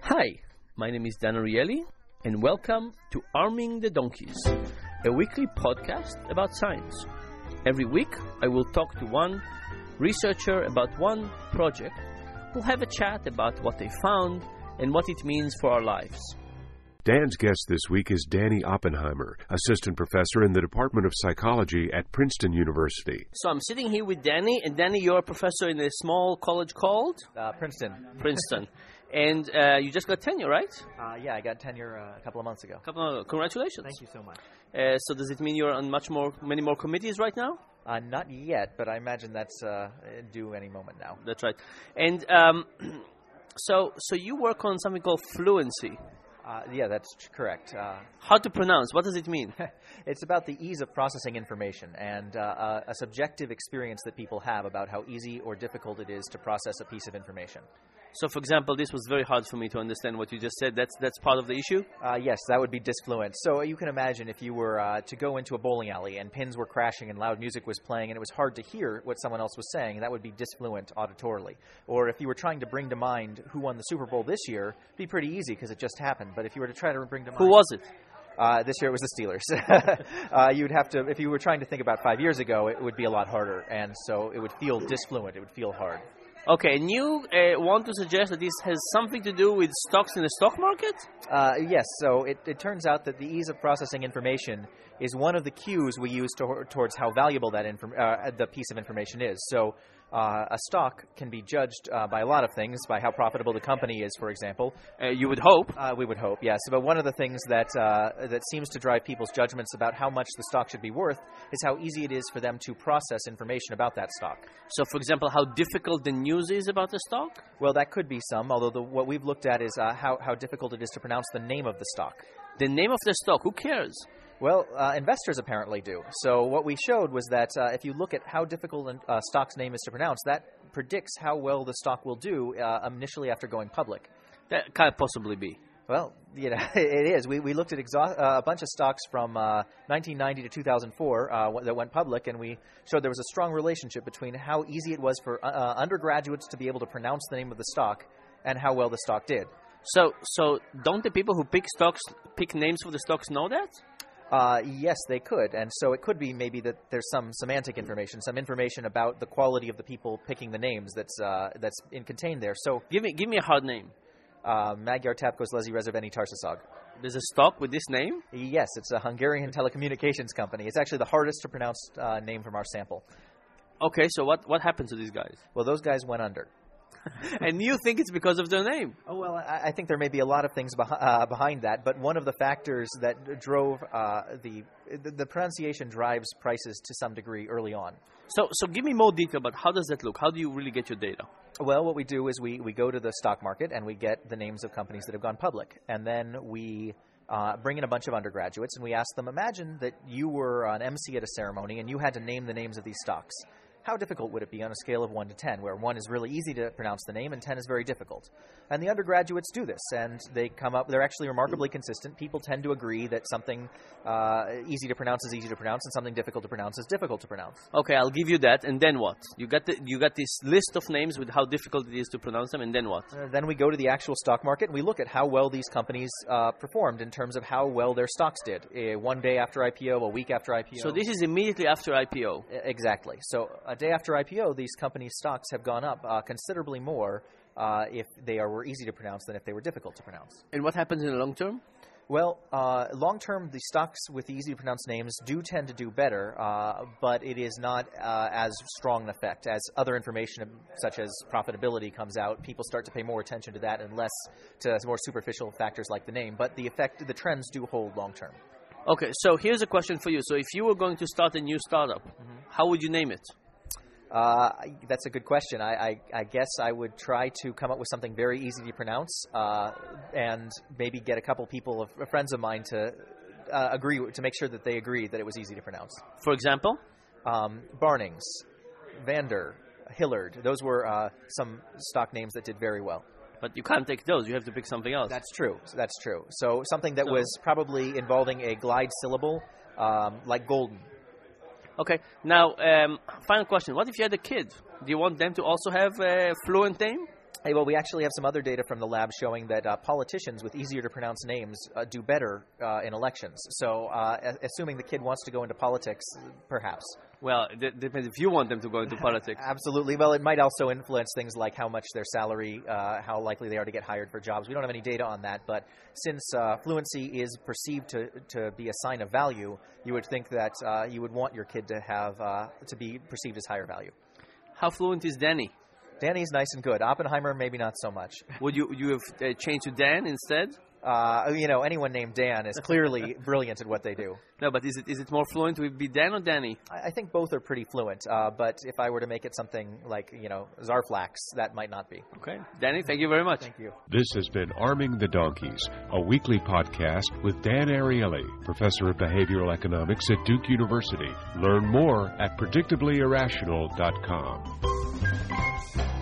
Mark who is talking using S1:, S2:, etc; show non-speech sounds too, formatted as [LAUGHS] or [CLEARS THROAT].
S1: Hi, my name is Dan Ariely, and welcome to Arming the Donkeys, a weekly podcast about science. Every week, I will talk to one researcher about one project. We'll have a chat about what they found and what it means for our lives.
S2: Dan's guest this week is Danny Oppenheimer, assistant professor in the Department of Psychology at Princeton University.
S1: So I'm sitting here with Danny, and Danny, you're a professor in a small college called
S3: Uh, Princeton. [LAUGHS]
S1: Princeton. And uh, you just got tenure, right?
S3: Uh, yeah, I got tenure uh, a couple of months ago.
S1: Couple of- Congratulations.
S3: Thank you so much.
S1: Uh, so does it mean you're on much more, many more committees right now?
S3: Uh, not yet, but I imagine that's uh, due any moment now.
S1: That's right. And um, [CLEARS THROAT] so, so you work on something called fluency.
S3: Uh, yeah, that's t- correct. Uh,
S1: How to pronounce? What does it mean?
S3: it's about the ease of processing information and uh, a- a subjective experience that people have about how easy or difficult it is to process a piece of information.
S1: so, for example, this was very hard for me to understand what you just said. That's that's part of the issue.
S3: Uh, yes, that would be disfluent. So you can imagine if you were uh, to go into a bowling alley and pins were crashing and loud music was playing and it was hard to hear what someone else was saying, that would be disfluent auditorily. Or if you were trying to bring to mind who won the Super Bowl this year, it'd be pretty easy because it just happened. But if you were to try to bring to mind
S1: Who was it?
S3: uh, this year, it was the Steelers. [LAUGHS] uh, you'd have to, if you were trying to think about five years ago, it would be a lot harder, and so it would feel disfluent. It would feel hard.
S1: Okay, and you uh, want to suggest that this has something to do with stocks in the stock market?
S3: Uh, yes, so it, it turns out that the ease of processing information is one of the cues we use to, towards how valuable that inform, uh, the piece of information is. So uh, a stock can be judged uh, by a lot of things, by how profitable the company is, for example.
S1: Uh, you would hope.
S3: Uh, we would hope, yes. But one of the things that uh, that seems to drive people's judgments about how much the stock should be worth is how easy it is for them to process information about that stock.
S1: So, for example, how difficult the news is about the stock.
S3: Well, that could be some, although the, what we've looked at is uh, how, how difficult it is to pronounce the name of the stock.
S1: The name of the stock. Who cares?
S3: Well, uh, investors apparently do. So what we showed was that uh, if you look at how difficult a uh, stock's name is to pronounce, that predicts how well the stock will do uh, initially after going public.
S1: That can't possibly be.
S3: Well, [LAUGHS] you know, it is. We, we looked at exhaust, uh, a bunch of stocks from uh, 1990 to 2004 uh, that went public, and we showed there was a strong relationship between how easy it was for uh, undergraduates to be able to pronounce the name of the stock and how well the stock did.
S1: So, so don't the people who pick stocks pick names for the stocks know that?
S3: Uh, yes, they could, and so it could be maybe that there's some semantic information, some information about the quality of the people picking the names that's uh, that's in, contained there. So
S1: Give me, give me a hard name.
S3: uh, Magyar Tapkos Lezi Rezerveni Tarsasag.
S1: There's a stock with this name.
S3: Yes, it's a Hungarian [LAUGHS] telecommunications company. It's actually the hardest to pronounce uh, name from our sample.
S1: Okay, so what, what happened to these guys?
S3: Well, those guys went under.
S1: [LAUGHS] and you think it's because of their name.
S3: Oh well, I, I think there may be a lot of things behi- uh, behind that, but one of the factors that drove uh, the, the the pronunciation drives prices to some degree early on.
S1: So, so give me more detail about how does that look? How do you really get your data?
S3: Well, what we do is we, we go to the stock market and we get the names of companies that have gone public. And then we uh, bring in a bunch of undergraduates and we ask them imagine that you were an MC at a ceremony and you had to name the names of these stocks. How difficult would it be on a scale of 1 to 10, where 1 is really easy to pronounce the name and 10 is very difficult? And the undergraduates do this, and they come up, they're actually remarkably consistent. People tend to agree that something uh, easy to pronounce is easy to pronounce, and something difficult to pronounce is difficult to pronounce.
S1: Okay, I'll give you that, and then what? You got the, you got this list of names with how difficult it is to pronounce them, and then what?
S3: Uh, then we go to the actual stock market and we look at how well these companies uh, performed in terms of how well their stocks did uh, one day after IPO, a week after IPO.
S1: So this is immediately after IPO.
S3: E- exactly. So a day after IPO, these companies' stocks have gone up uh, considerably more uh, if they are were easy to pronounce than if they were difficult to pronounce.
S1: And what happens in the long term?
S3: Well, uh, long term, the stocks with the easy to pronounce names do tend to do better, uh, but it is not uh, as strong an effect. As other information such as profitability comes out, people start to pay more attention to that and less to more superficial factors like the name. But the effect, the trends do hold long term.
S1: Okay, so here's a question for you. So if you were going to start a new startup, how would you name it?
S3: Uh, I- that's a good question. I, I, I guess I would try to come up with something very easy to pronounce, uh, and maybe get a couple people, of, friends of mine, to uh, agree to make sure that they agree that it was easy to pronounce.
S1: For example,
S3: um, Barnings, Vander, Hillard. Those were uh, some stock names that did very well.
S1: but you can't take those. You have to pick something else.
S3: That's true. That's true. So something that was probably involving a glide syllable, um, like golden.
S1: Okay.
S4: uh,
S1: Now, um, final question. What if you had a kid? Do you want them to also have a fluent name?
S3: Hey, well, we actually have some other data from the lab showing that uh, politicians with easier to pronounce names uh, do better uh, in elections. So, uh, a- assuming the kid wants to go into politics, perhaps.
S4: Well, it d- depends if you want them to go into politics.
S3: [LAUGHS] Absolutely. Well, it might also influence things like how much their salary, uh, how likely they are to get hired for jobs. We don't have any data on that, but since uh, fluency is perceived to, to be a sign of value, you would think that uh, you would want your kid to have uh, to be perceived as higher value.
S4: How fluent is Danny?
S3: Danny's nice and good. Oppenheimer, maybe not so much.
S4: Would you you have uh, changed to Dan instead?
S3: Uh, you know, anyone named Dan is clearly brilliant at what they do.
S4: No, but is it is it more fluent to be Dan or Danny?
S3: I, I think both are pretty fluent, uh, but if I were to make it something like, you know, Zarflax, that might not be.
S4: Okay, Danny, thank you very much.
S3: Thank you.
S2: This has been Arming the Donkeys, a weekly podcast with Dan Ariely, professor of behavioral economics at Duke University. Learn more at predictablyirrational.com.